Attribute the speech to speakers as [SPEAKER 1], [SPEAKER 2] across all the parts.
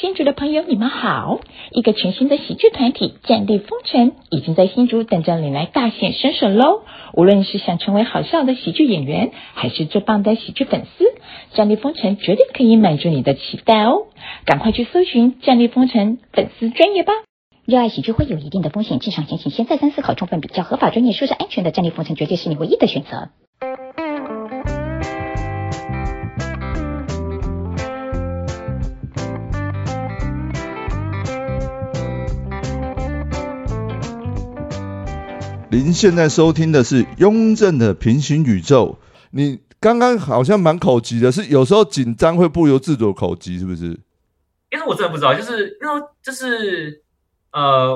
[SPEAKER 1] 新竹的朋友，你们好！一个全新的喜剧团体“战地风尘”已经在新竹等着你来大显身手喽！无论是想成为好笑的喜剧演员，还是最棒的喜剧粉丝，“战地风尘”绝对可以满足你的期待哦！赶快去搜寻“战地风尘”粉丝专业吧！
[SPEAKER 2] 热爱喜剧会有一定的风险，进场前请先再三思考，充分比较合法、专业、舒适、安全的战力风城，绝对是你唯一的选择。
[SPEAKER 3] 您现在收听的是雍正的平行宇宙。你刚刚好像蛮口急的，是有时候紧张会不由自主口急，是不是？
[SPEAKER 4] 因为我真的不知道，就是因为就是呃，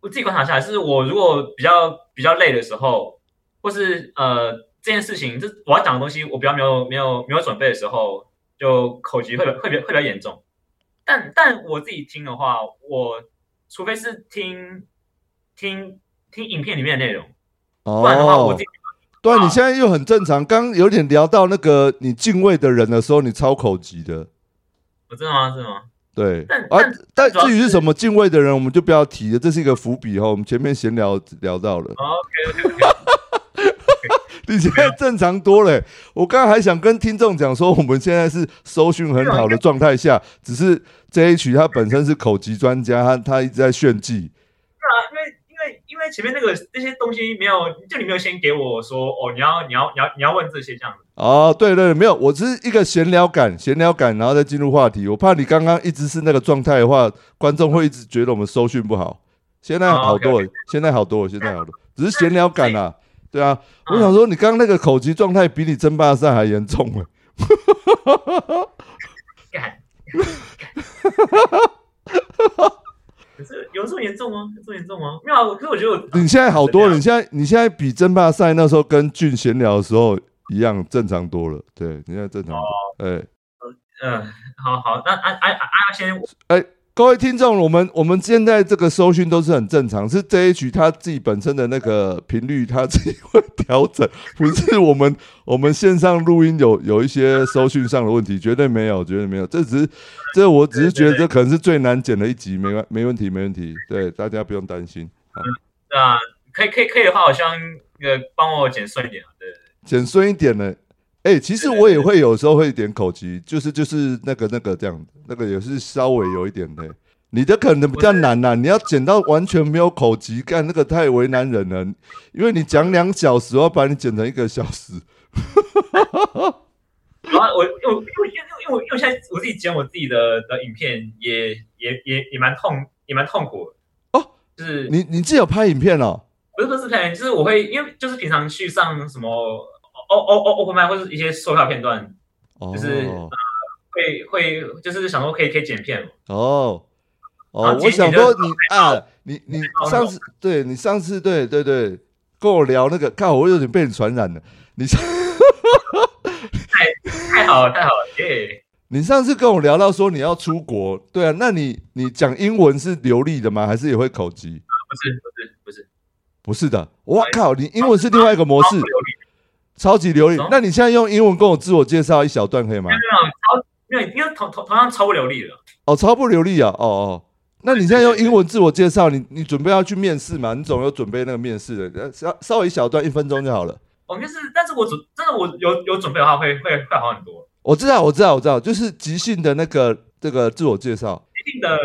[SPEAKER 4] 我自己观察下来，就是我如果比较比较累的时候，或是呃这件事情，就是我要讲的东西，我比较没有没有没有准备的时候，就口疾会比会比会比较严重。但但我自己听的话，我除非是听听听影片里面的内容，不然的
[SPEAKER 3] 哦
[SPEAKER 4] 话我自己
[SPEAKER 3] 对啊，你现在又很正常。刚刚有点聊到那个你敬畏的人的时候，你超口急的。
[SPEAKER 4] 我真的吗？真的吗？
[SPEAKER 3] 对
[SPEAKER 4] 但
[SPEAKER 3] 啊
[SPEAKER 4] 但，
[SPEAKER 3] 但
[SPEAKER 4] 主要
[SPEAKER 3] 至于是
[SPEAKER 4] 是
[SPEAKER 3] 什么敬畏的人，我们就不要提了，这是一个伏笔哈。我们前面闲聊聊到了，
[SPEAKER 4] 哦
[SPEAKER 3] 你现在正常多了欸、我刚刚还想跟听众讲说，我们现在是收讯很好的状态下，只是 J H 他本身是口疾专家，他他一直在炫技。
[SPEAKER 4] 因为因为因为前面那个那些东西没有，就你没有先给我说哦，你要你要你要你要问这些这样子。
[SPEAKER 3] 哦，对对，对没有，我只是一个闲聊感，闲聊感，然后再进入话题。我怕你刚刚一直是那个状态的话，观众会一直觉得我们收讯不好。现在
[SPEAKER 4] 哦
[SPEAKER 3] 好多了，现在好多了，现在好多了，只是闲聊感啊。对啊，我想说，你刚刚那个口疾状态比你争霸赛还严重了。
[SPEAKER 4] 干，可是有这么严重吗？有这么严重吗？没有啊，可是我觉得我
[SPEAKER 3] 你现在好多了，
[SPEAKER 4] 怎么样
[SPEAKER 3] 你现在你现在比争霸赛那时候跟俊闲聊的时候一样正常多了。对，你现在正常多
[SPEAKER 4] 哦
[SPEAKER 3] 了。哎、
[SPEAKER 4] 嗯、好好，那啊安安安安先，
[SPEAKER 3] 各位听众，我们我们现在这个收讯都是很正常，是 JH 他自己本身的那个频率他自己会调整， 不是我们我们线上录音有有一些收讯上的问题，绝对没有，绝对没有，这只是这我只是觉得这可能是最难剪的一集，没关没问题，没问题，对大家不用担心，
[SPEAKER 4] 那、呃可以可以可以的话，我希望那个帮我剪顺一点啊。对，
[SPEAKER 3] 剪顺一点呢。哎、其实我也会有时候会一点口疾，就是就是那个那个这样，那个也是稍微有一点的。你的可能比较难啊呐、你要剪到完全没有口疾，干那个太为难人了。因为你讲两小时，我要把你剪成一个小时。
[SPEAKER 4] 然后我因为我因为因为因为我因为我现在我自己剪我自己的的影片也，也也也蛮痛也蛮痛苦的
[SPEAKER 3] 哦，
[SPEAKER 4] 就是
[SPEAKER 3] 你你自己有拍影片哦？
[SPEAKER 4] 不是不是片，就是我会因为就是平常去上什么哦哦哦 open m i 或者一些售票片段，
[SPEAKER 3] 哦
[SPEAKER 4] 就是会会就是想说可以可以剪片嘛，
[SPEAKER 3] 哦哦，
[SPEAKER 4] 然后
[SPEAKER 3] 我
[SPEAKER 4] 剪
[SPEAKER 3] 想
[SPEAKER 4] 剪就
[SPEAKER 3] 说你啊，你你上次对你上次对对对跟我聊那个，看我有点被你传染了。你上
[SPEAKER 4] 太好了太好了耶！
[SPEAKER 3] 你上次跟我聊到说你要出国，对啊，那你你讲英文是流利的吗？还是也会口疾？
[SPEAKER 4] 不是不是不是，
[SPEAKER 3] 不是的，我靠，你英文是另外一个模
[SPEAKER 4] 超
[SPEAKER 3] 式
[SPEAKER 4] 不，流利，
[SPEAKER 3] 超级流利
[SPEAKER 4] 哦。
[SPEAKER 3] 那你现在用英文跟我自我介绍一小段可以吗？
[SPEAKER 4] 没有因为同同同样超不流利的，
[SPEAKER 3] 哦，超不流利啊，哦哦。那你现在用英文自我介绍，你你准备要去面试嘛？你总有准备那个面试的，呃稍稍微一小段一分钟就好了。
[SPEAKER 4] 我、们就是但是我准真的我有有准备的话会会会好很多，
[SPEAKER 3] 我知道，我知道，我知道，就是即兴的那个这个自我介绍。
[SPEAKER 4] 一定的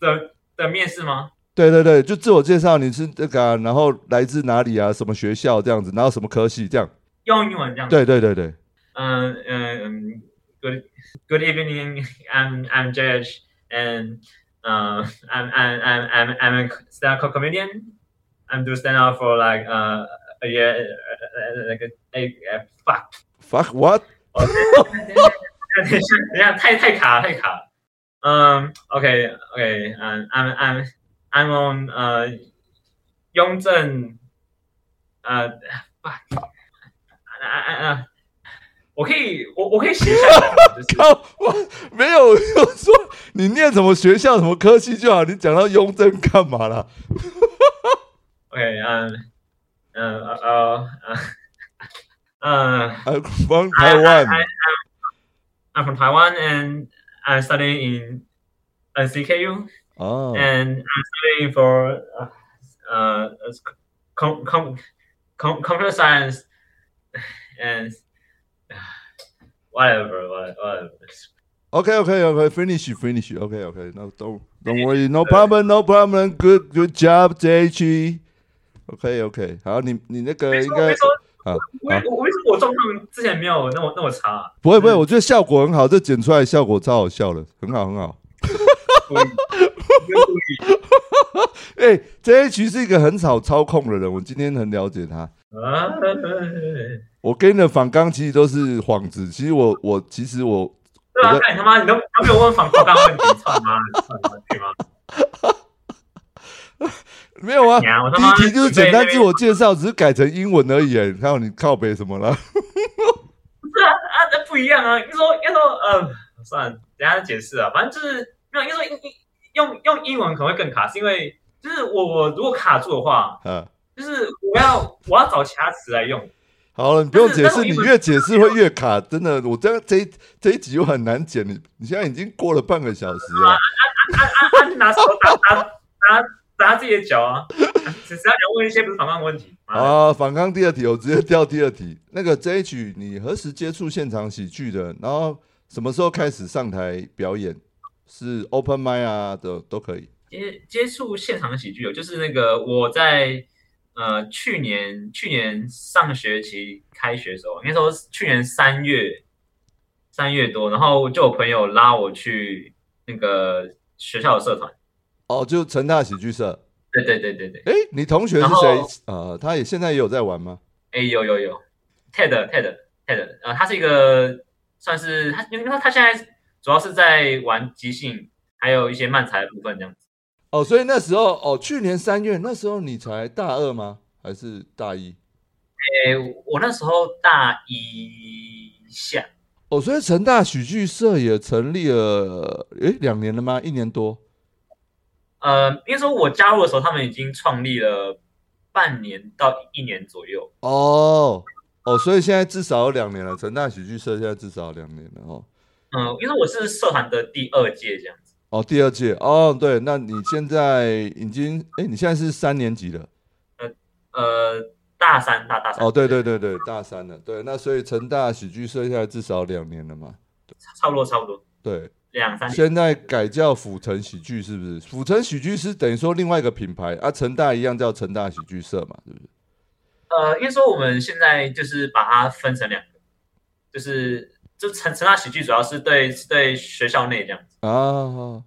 [SPEAKER 4] 的的面试吗？
[SPEAKER 3] 对对对，就自我介绍你是这个啊、然后来自哪里啊，什么学校这样子，然后什么科系这样。
[SPEAKER 4] 用英文这样子，
[SPEAKER 3] 对对对对。
[SPEAKER 4] 嗯嗯嗯，Good Good evening. I'm I'm Judge and uh I'm I'm I'm I'm I'm a stand up comedian. I'm doing stand up for like uh a year uh, uh, like a, a, a fuck.
[SPEAKER 3] Fuck what？
[SPEAKER 4] 等一下， 太太卡太卡。嗯，OK OK，嗯，I'm I'm I'm on 呃雍正呃，fuck，啊啊啊啊！我可以我我可以写一下来吗，就是
[SPEAKER 3] 靠， 我没有，我就说你念什么学校、什么科系就好，你讲到雍正干嘛啦？
[SPEAKER 4] OK，嗯嗯呃呃嗯。
[SPEAKER 3] 啊帮台湾
[SPEAKER 4] I- I'm from Taiwan and I'm studying in on CKU
[SPEAKER 3] 哦
[SPEAKER 4] and I'm studying for uh, uh com com com computer science and whatever whatever. whatever.
[SPEAKER 3] Okay, okay, okay. Finish, finish. Okay, okay. No, don't, don't worry. No problem, no problem. Good, good job, JG. OK OK，好，你你那个
[SPEAKER 4] 没
[SPEAKER 3] 应
[SPEAKER 4] 错
[SPEAKER 3] 该
[SPEAKER 4] 没错，
[SPEAKER 3] 好，
[SPEAKER 4] 我
[SPEAKER 3] 好
[SPEAKER 4] 我我为什么我状况之前没有那么那么差啊、
[SPEAKER 3] 不会不会，我觉得效果很好，这剪出来效果超好笑的，很好很好。
[SPEAKER 4] 故意故
[SPEAKER 3] 哎、j h 是一个很少操控的人，我今天很了解他。
[SPEAKER 4] 意啊！
[SPEAKER 3] 我跟你的反刚其实都是幌子，其实我我其实我
[SPEAKER 4] 对
[SPEAKER 3] 我
[SPEAKER 4] 啊
[SPEAKER 3] 在，
[SPEAKER 4] 看你他妈，你都他没有问反广告问题，操你妈的，操你妈去吗？
[SPEAKER 3] 没有啊，
[SPEAKER 4] 你啊我他
[SPEAKER 3] 第
[SPEAKER 4] 妈
[SPEAKER 3] 一题就是
[SPEAKER 4] 准备
[SPEAKER 3] 简单
[SPEAKER 4] 那边
[SPEAKER 3] 自我介绍，只是改成英文而已。哎还有你靠北什么了？
[SPEAKER 4] 是啊啊，那不一样啊！你说，你说，呃，算了，等一下解释啊。反正就是没有，你说英英用用英文可能会更卡，是因为就是我我如果卡住的话，
[SPEAKER 3] 啊，
[SPEAKER 4] 就是我要我要找其他词来用。
[SPEAKER 3] 好了，你不用解释，
[SPEAKER 4] 但是
[SPEAKER 3] 你越解释会越卡，真的。我这样这一这一集又很难剪，你你现在已经过了半个小时了。
[SPEAKER 4] 他就拿手打打打打自己的脚啊！只是要你要问一些不是反抗问题。妈的
[SPEAKER 3] 啊，反刚第二题，我直接掉第二题。那个 JH，你何时接触现场喜剧的？然后什么时候开始上台表演？是 open mic 啊的都可以。
[SPEAKER 4] 接接触现场喜剧，哦就是那个我在呃去年去年上学期开学的时候，那时候是去年三月三月多，然后就有朋友拉我去那个学校的社团，
[SPEAKER 3] 哦，就成大喜剧社。
[SPEAKER 4] 对对对对对，
[SPEAKER 3] 哎，你同学是
[SPEAKER 4] 然后
[SPEAKER 3] 谁？呃，他也现在也有在玩吗？
[SPEAKER 4] 哎有有有，Ted Ted Ted，呃，他是一个算是他，因为他他现在主要是在玩即兴，还有一些漫才的部分这样子，
[SPEAKER 3] 哦，所以那时候哦，去年三月那时候你才大二吗？还是大一？
[SPEAKER 4] 哎，我那时候大一下。
[SPEAKER 3] 哦，所以成大喜剧社也成立了，诶，两年了吗？一年多。
[SPEAKER 4] 呃，应该说我加入的时候，他们已经创立了半年到一年左右。
[SPEAKER 3] 哦，哦，所以现在至少有两年了，成大喜剧社现在至少有两年了哦。
[SPEAKER 4] 嗯、因为我是社团的第二届这样子，
[SPEAKER 3] 哦，第二届哦，对，那你现在已经，诶，你现在是三年级了。
[SPEAKER 4] 呃，大三大大三
[SPEAKER 3] 哦，对对，对对，大三了。对，那所以成大喜剧社现在至少两年了嘛。
[SPEAKER 4] 差不多差不多
[SPEAKER 3] 对，
[SPEAKER 4] 两三年。
[SPEAKER 3] 现在改叫府城喜剧是不是？府城喜剧是等于说另外一个品牌啊，成大一样叫成大喜剧社嘛，是不是？
[SPEAKER 4] 呃，应该说我们现在就是把它分成两个，就是就成成大喜剧主要是对是对学校内这样子，
[SPEAKER 3] 啊，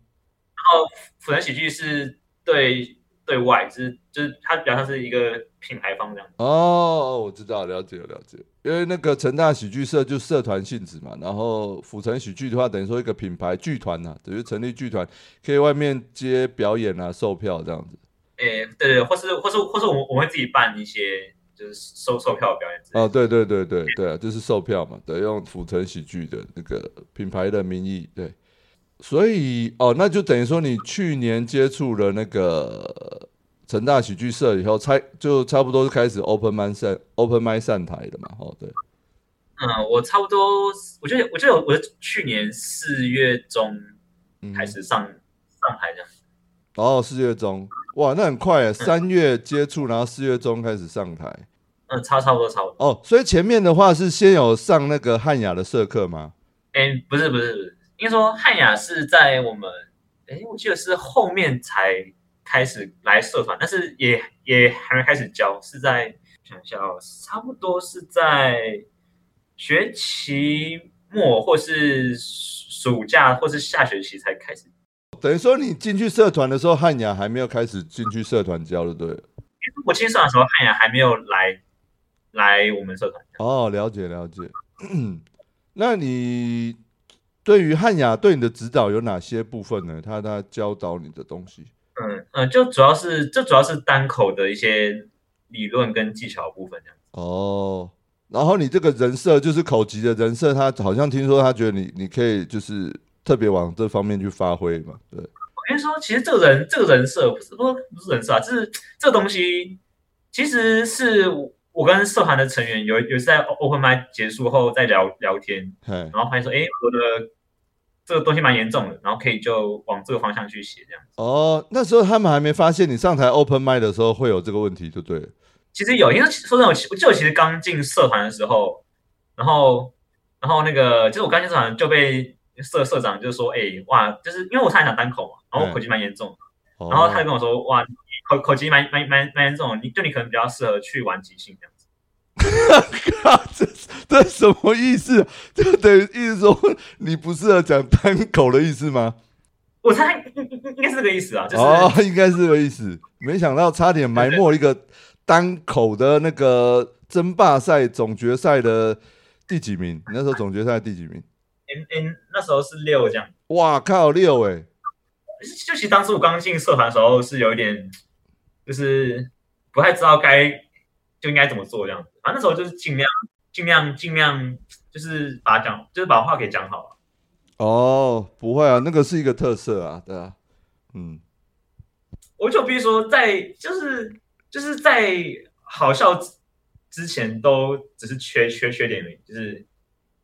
[SPEAKER 4] 辅仁喜剧是对对外，就是就是它比较像是一个品牌方这样子。
[SPEAKER 3] 哦，我知道，了解了解。因为那个成大喜剧社就社团性质嘛，然后府城喜剧的话，等于说一个品牌剧团呐、等于成立剧团，可以外面接表演啊、售票这样子。
[SPEAKER 4] 诶，对对，或是或是或是我们我们会自己办一些就是售售票表演之类的。
[SPEAKER 3] 哦，对对对对对啊，就是售票嘛，对，用府城喜剧的那个品牌的名义，对。所以哦，那就等于说你去年接触了那个成大喜剧社以后，才就差不多就开始 open mic 散 open mic 散台了嘛，哦，对。
[SPEAKER 4] 嗯，我差不多，我觉得，我觉得我是去年四月中
[SPEAKER 3] 嗯
[SPEAKER 4] 开始上、上海这样。
[SPEAKER 3] 然后哦四月中，哇，那很快耶！三月接触，然后四月中开始上台
[SPEAKER 4] 嗯，差差不多，差不多。
[SPEAKER 3] 哦。所以前面的话是先有上那个汉雅的社课吗？
[SPEAKER 4] 哎，不是，不是，不是，应该说汉雅是在我们，哎，我记得是后面才开始来社团，但是也也还没开始教，是在想一下哦，差不多是在学期末或是暑假或是下学期才开始
[SPEAKER 3] 等于说你进去社团的时候，汉雅还没有开始进去社团教，对不对了？
[SPEAKER 4] 我进社团的时候，汉雅还没有来来我们社团。
[SPEAKER 3] 哦，了解了解。那你对于汉雅对你的指导有哪些部分呢？他他教导你的东西
[SPEAKER 4] 嗯嗯，就主要是这主要是单口的一些理论跟技巧的部分这样子。
[SPEAKER 3] 哦。然后你这个人设就是口级的人设，他好像听说他觉得你你可以就是特别往这方面去发挥嘛，对。
[SPEAKER 4] 我跟你说，其实这个人这个人设不是不不是人设啊，就是这个东西其实是我我跟社团的成员有有一次在 open mic 结束后在聊聊天，
[SPEAKER 3] 嘿，
[SPEAKER 4] 然后发现说，哎，我的这个东西蛮严重的，然后可以就往这个方向去写这样。
[SPEAKER 3] 哦，那时候他们还没发现你上台 open m i 的时候会有这个问题，就对了。
[SPEAKER 4] 其实有，因为说真的，我其我记得我其实刚进社团的时候，然后然后那个就是我刚进社团就被社社长就说，哎、哇，就是因为我差点讲单口嘛，然后我口疾蛮严重的，
[SPEAKER 3] 嗯哦、
[SPEAKER 4] 然后他就跟我说，哇，你口口疾蛮蛮蛮蛮严重的，你就你可能比较适合去玩即兴这样子。
[SPEAKER 3] 靠，这这什么意思？啊这等于意思说你不适合讲单口的意思吗？
[SPEAKER 4] 我猜应应应该是这个意思啊，就是、
[SPEAKER 3] 哦，应该是这个意思。没想到差点埋没一个单口的那个争霸赛总决赛的第几名？你那时候总决赛第几名？
[SPEAKER 4] 嗯嗯，那时候是六这样。
[SPEAKER 3] 哇靠，六哎、
[SPEAKER 4] 就就其实当时我刚进社团的时候是有一点，就是不太知道该就应该怎么做这样子。反正那时候就是尽量尽量尽量，就是把讲就是把话给讲好了。
[SPEAKER 3] 哦，不会啊，那个是一个特色啊，对啊，嗯，
[SPEAKER 4] 我就比如说在就是就是在好笑之之前都只是缺缺缺点而已，就是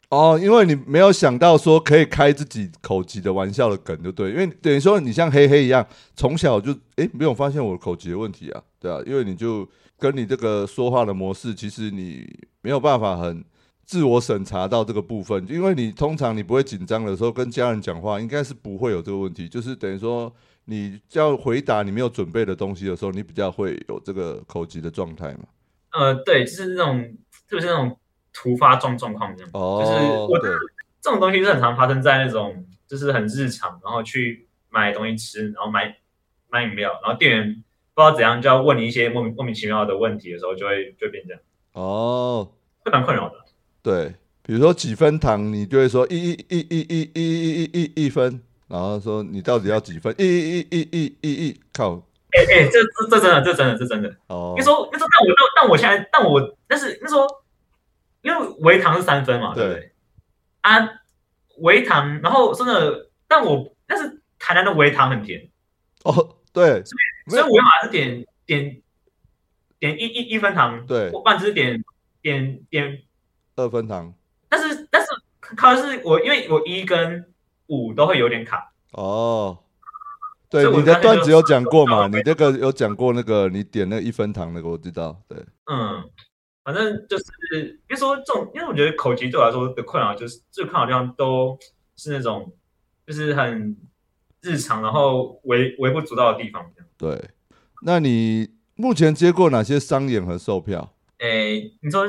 [SPEAKER 3] 哦，因为你没有想到说可以开自己口疾的玩笑的梗，就对，因为等于说你像黑黑一样，从小就诶没有发现我口疾的问题啊，对啊，因为你就跟你这个说话的模式，其实你没有办法很自我审查到这个部分，因为你通常你不会紧张的时候跟家人讲话，应该是不会有这个问题，就是等于说你要回答你没有准备的东西的时候，你比较会有这个口疾的状态嘛。
[SPEAKER 4] 呃对，就是那种特别是那种突发状状况这样。
[SPEAKER 3] 哦，
[SPEAKER 4] 我
[SPEAKER 3] 对。
[SPEAKER 4] 这种东西是很常发生在那种就是很日常，然后去买东西吃，然后买买饮料，然后店员不知道怎样就要问你一些莫名莫名其妙的问题的时候，就会就会变这样，
[SPEAKER 3] 哦，
[SPEAKER 4] 会蛮困扰的。
[SPEAKER 3] 对，比如说几分糖，你就会说一一一一一一一一一分，然后说你到底要几分？一一一一一一一，靠！
[SPEAKER 4] 哎、哎、这这这真的，这真的，这真的。
[SPEAKER 3] 哦
[SPEAKER 4] 那时，候那时候，但我但但我现在，但我但是那时候，因为微糖是三分嘛，
[SPEAKER 3] 对
[SPEAKER 4] 对不对？啊，微糖，然后真的，但我但是台南的微糖很甜，
[SPEAKER 3] 哦，对，没
[SPEAKER 4] 所以
[SPEAKER 3] 有
[SPEAKER 4] 我要么是点点点一一一分糖，
[SPEAKER 3] 对
[SPEAKER 4] 我不然就是点点点，
[SPEAKER 3] 二分糖，
[SPEAKER 4] 但是但是靠的是我，因为我一跟五都会有点卡，
[SPEAKER 3] 哦，对
[SPEAKER 4] 所以，我
[SPEAKER 3] 你的
[SPEAKER 4] 刚才
[SPEAKER 3] 段
[SPEAKER 4] 就
[SPEAKER 3] 子有讲过嘛？
[SPEAKER 4] 说到
[SPEAKER 3] 你这个有讲过那个，你点那个一分糖那个，我知道，对，
[SPEAKER 4] 嗯，反正就是因为说这种，因为我觉得口疾对我来说的困扰就是最困扰的地方都是那种就是很日常，然后微微不足道的地方这样。
[SPEAKER 3] 对。那你目前接过哪些商演和售票？
[SPEAKER 4] 诶，你说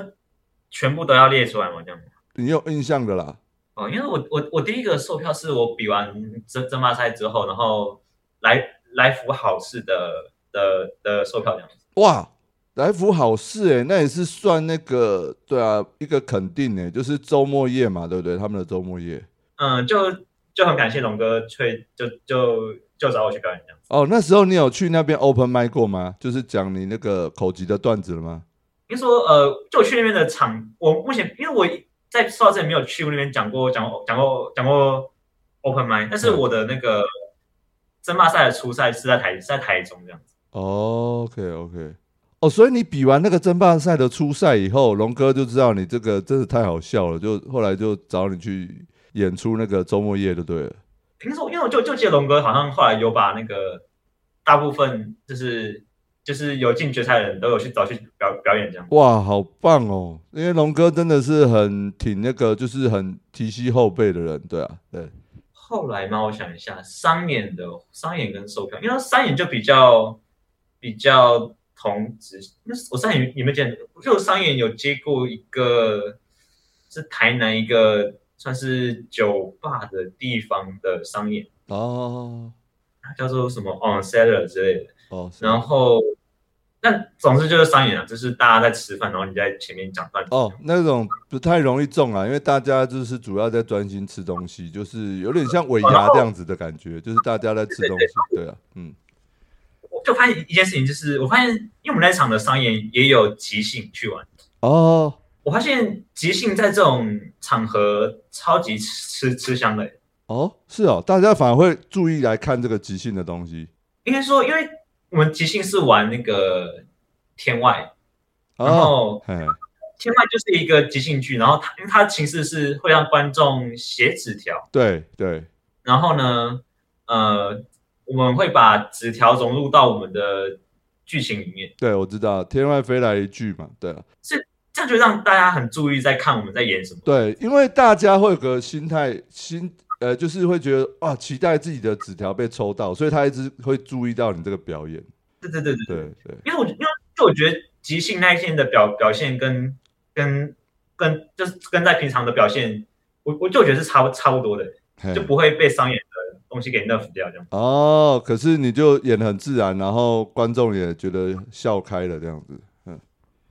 [SPEAKER 4] 全部都要列出来吗？这样吗？
[SPEAKER 3] 你有印象的啦？
[SPEAKER 4] 哦，因为我我我第一个售票是我比完争争霸赛之后，然后来来福好事的的的售票这样子。
[SPEAKER 3] 哇，来福好事哎、那也是算那个对啊，一个肯定哎、就是周末夜嘛，对不对？他们的周末夜
[SPEAKER 4] 嗯，就就很感谢龙哥去就就就找我去表演这样子。
[SPEAKER 3] 哦，那时候你有去那边 open mic 过吗？就是讲你那个口疾的段子了吗？
[SPEAKER 4] 因为说呃，就我去那边的场，我目前因为我在受到这里没有去过那边讲过讲过讲过讲过 open m i d 但是
[SPEAKER 3] 嗯
[SPEAKER 4] 我的那个争霸赛的初赛是在台是在台中这样子。
[SPEAKER 3] 哦，OK OK，哦，所以你比完那个争霸赛的初赛以后，龙哥就知道你这个真的太好笑了，就后来就找你去演出那个周末夜就对了。
[SPEAKER 4] 听说因为我就就记得龙哥好像后来有把那个大部分就是就是有进决赛的人都有去找去表表演这样。
[SPEAKER 3] 哇，好棒哦！因为龙哥真的是很挺那个，就是很提膝后背的人，对啊，对。
[SPEAKER 4] 后来嘛，我想一下，商演的商演跟售票，因为商演就比较比较同职，那我商演有没有见？就商演有接过一个是台南一个算是酒吧的地方的商演，
[SPEAKER 3] 哦
[SPEAKER 4] 叫做什么 On Seller 之类的。
[SPEAKER 3] 哦，是
[SPEAKER 4] 然后，但总之就是商演啊，就是大家在吃饭，然后你在前面讲段子。
[SPEAKER 3] 哦，那种不太容易中啊，因为大家就是主要在专心吃东西，就是有点像尾牙这样子的感觉，就是大家在吃东西，对啊，嗯，
[SPEAKER 4] 我就发现一件事情，就是我发现，因为我们那场的商演也有即兴去玩。
[SPEAKER 3] 哦，
[SPEAKER 4] 我发现即兴在这种场合超级吃吃香的，
[SPEAKER 3] 哦，是哦，大家反而会注意来看这个即兴的东西
[SPEAKER 4] 应该说，因为我们即兴是玩那个天外，然
[SPEAKER 3] 哦，
[SPEAKER 4] 后
[SPEAKER 3] 嘿，
[SPEAKER 4] 天外就是一个即兴剧，然后它因为它其实是会让观众写纸条，
[SPEAKER 3] 对对，
[SPEAKER 4] 然后呢，呃，我们会把纸条融入到我们的剧情里面，
[SPEAKER 3] 对，我知道，天外飞来一句嘛，对啊，
[SPEAKER 4] 这样就让大家很注意在看我们在演什么。
[SPEAKER 3] 对，因为大家会有个心态，心呃，就是会觉得哇，期待自己的纸条被抽到，所以他一直会注意到你这个表演，
[SPEAKER 4] 对对对对，
[SPEAKER 3] 对对，
[SPEAKER 4] 因为我因为就我觉得即兴那一天的表表现跟跟跟就是跟在平常的表现，我我就觉得是差不差不多的，
[SPEAKER 3] 嘿
[SPEAKER 4] 就不会被商演的东西给 nerf 掉这样。
[SPEAKER 3] 哦，可是你就演得很自然，然后观众也觉得笑开了这样子，嗯，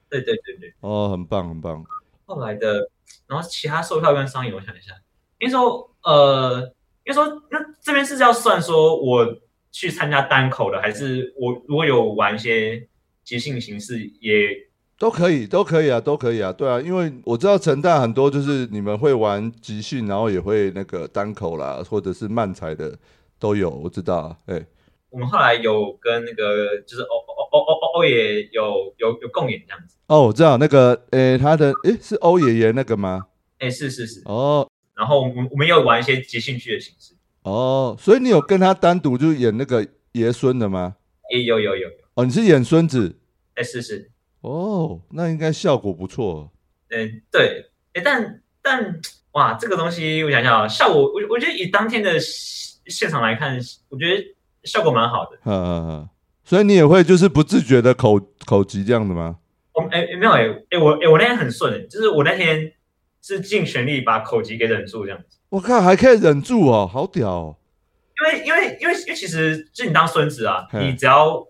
[SPEAKER 4] 对对对对，
[SPEAKER 3] 哦，很棒很棒，
[SPEAKER 4] 后来的，然后其他售票跟商演，我想一下，因为说呃，因为说那这边是要算说我去参加单口的，还是我如果有玩一些即兴形式也
[SPEAKER 3] 都可以，都可以啊，都可以啊，对啊，因为我知道成大很多就是你们会玩即兴，然后也会那个单口啦，或者是慢才的都有，我知道啊，哎、
[SPEAKER 4] 我们后来有跟那个就是欧欧欧欧欧欧也有有有共演这样子，
[SPEAKER 3] 哦，我知道那个，诶、他的，诶、是欧爷爷那个吗？
[SPEAKER 4] 哎，是是是，
[SPEAKER 3] 哦
[SPEAKER 4] 然后我们我们也有玩一些即兴剧的形式，
[SPEAKER 3] 哦，所以你有跟他单独就演那个爷孙的吗？
[SPEAKER 4] 也有有有有，
[SPEAKER 3] 哦，你是演孙子，
[SPEAKER 4] 哎，是是，
[SPEAKER 3] 哦，那应该效果不错。哦
[SPEAKER 4] 嗯，对，哎，但但哇，这个东西我想想啊，效果我我觉得以当天的现现场来看，我觉得效果蛮好的。
[SPEAKER 3] 呵呵呵，所以你也会就是不自觉的口口级这样的吗？
[SPEAKER 4] 我们哎哎没有哎哎我哎我那天很顺哎，就是我那天是尽全力把口疾给忍住这样子，
[SPEAKER 3] 我靠，还可以忍住哦，好屌哦！
[SPEAKER 4] 因为因为因为因为其实就你当孙子啊，
[SPEAKER 3] 嗯
[SPEAKER 4] 你只要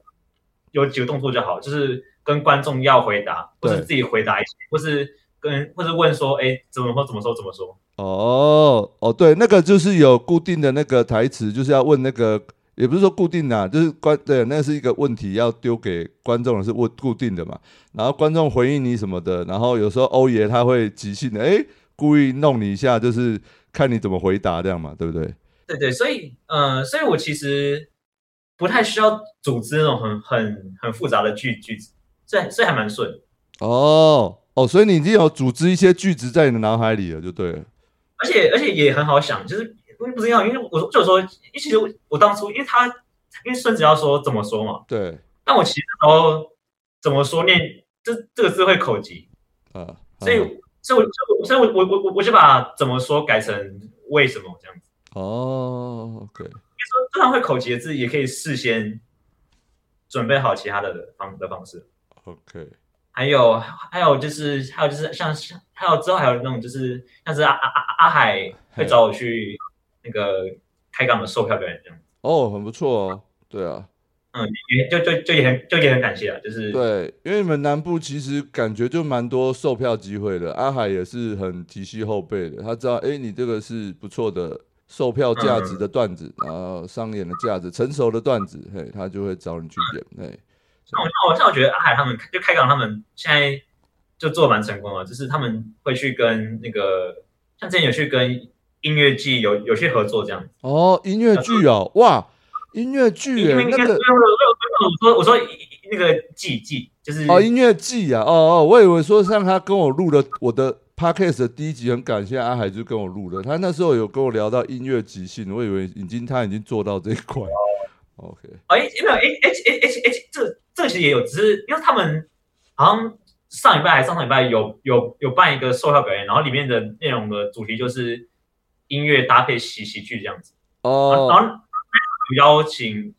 [SPEAKER 4] 有几个动作就好，就是跟观众要回答，或是
[SPEAKER 3] 对
[SPEAKER 4] 自己回答一些，或是跟或是问说哎怎么说怎么说怎么说，
[SPEAKER 3] 哦哦，对，那个就是有固定的那个台词，就是要问那个，也不是说固定的、啊，就是观对，那是一个问题要丢给观众的是问固定的嘛，然后观众回应你什么的，然后有时候欧爷他会即兴的，哎，故意弄你一下，就是看你怎么回答这样嘛，对不对？
[SPEAKER 4] 对对，所以呃，所以我其实不太需要组织那种很很很复杂的句句子，所以所以还蛮顺。
[SPEAKER 3] 哦哦，所以你已经有组织一些句子在你的脑海里了，就对了。
[SPEAKER 4] 而且而且也很好想，就是因为不是要，因为我就说，因为其实我我当初因为他因为孙子要说怎么说嘛，
[SPEAKER 3] 对
[SPEAKER 4] 但我其实那时候怎么说念这这个字会口疾，
[SPEAKER 3] 啊，
[SPEAKER 4] 所以、
[SPEAKER 3] 啊
[SPEAKER 4] 所以我所以我我我我我就把怎么说改成为什么这样子。
[SPEAKER 3] 哦，OK，
[SPEAKER 4] 因为说就算会口疾的字，也可以事先准备好其他的方的方式。
[SPEAKER 3] OK，
[SPEAKER 4] 还有还有就是还有就是像像还有之后还有那种就是像是阿阿阿阿海会找我去那个开港的售票表演这样，
[SPEAKER 3] 哦，很不错哦，对啊，
[SPEAKER 4] 嗯，也就就就也很就也很感谢啊，就是
[SPEAKER 3] 对，因为你们南部其实感觉就蛮多售票机会的，阿海也是很提携后辈的，他知道哎、诶你这个是不错的售票价值的
[SPEAKER 4] 嗯
[SPEAKER 3] 段子，然后商演的价值，成熟的段子，嘿，他就会找你去演，嘿，
[SPEAKER 4] 像我像我像我觉得阿海他们就开港他们现在就做得蛮成功了，就是他们会去跟那个像之前有去跟音乐季有有去合作这样，
[SPEAKER 3] 哦，音乐剧哦，哇，音乐
[SPEAKER 4] 因
[SPEAKER 3] 剧
[SPEAKER 4] 为
[SPEAKER 3] 耶，
[SPEAKER 4] 因为
[SPEAKER 3] 那个
[SPEAKER 4] 我说我说那个季季就是
[SPEAKER 3] 哦，音乐季啊，哦哦，我以为说像他跟我录的我的 podcast 的第一集，很感谢阿海就跟我录的，他那时候有跟我聊到音乐即兴，我以为已经他已经做到这一块，OK，
[SPEAKER 4] 哦，哎，没有，哎哎哎哎哎，这这其实也有，只是因为他们好像上礼拜还上上礼拜有有有办一个售票表演，然后里面的内容的主题就是音乐搭配喜喜剧这样子，然后
[SPEAKER 3] 哦。
[SPEAKER 4] 然后有邀请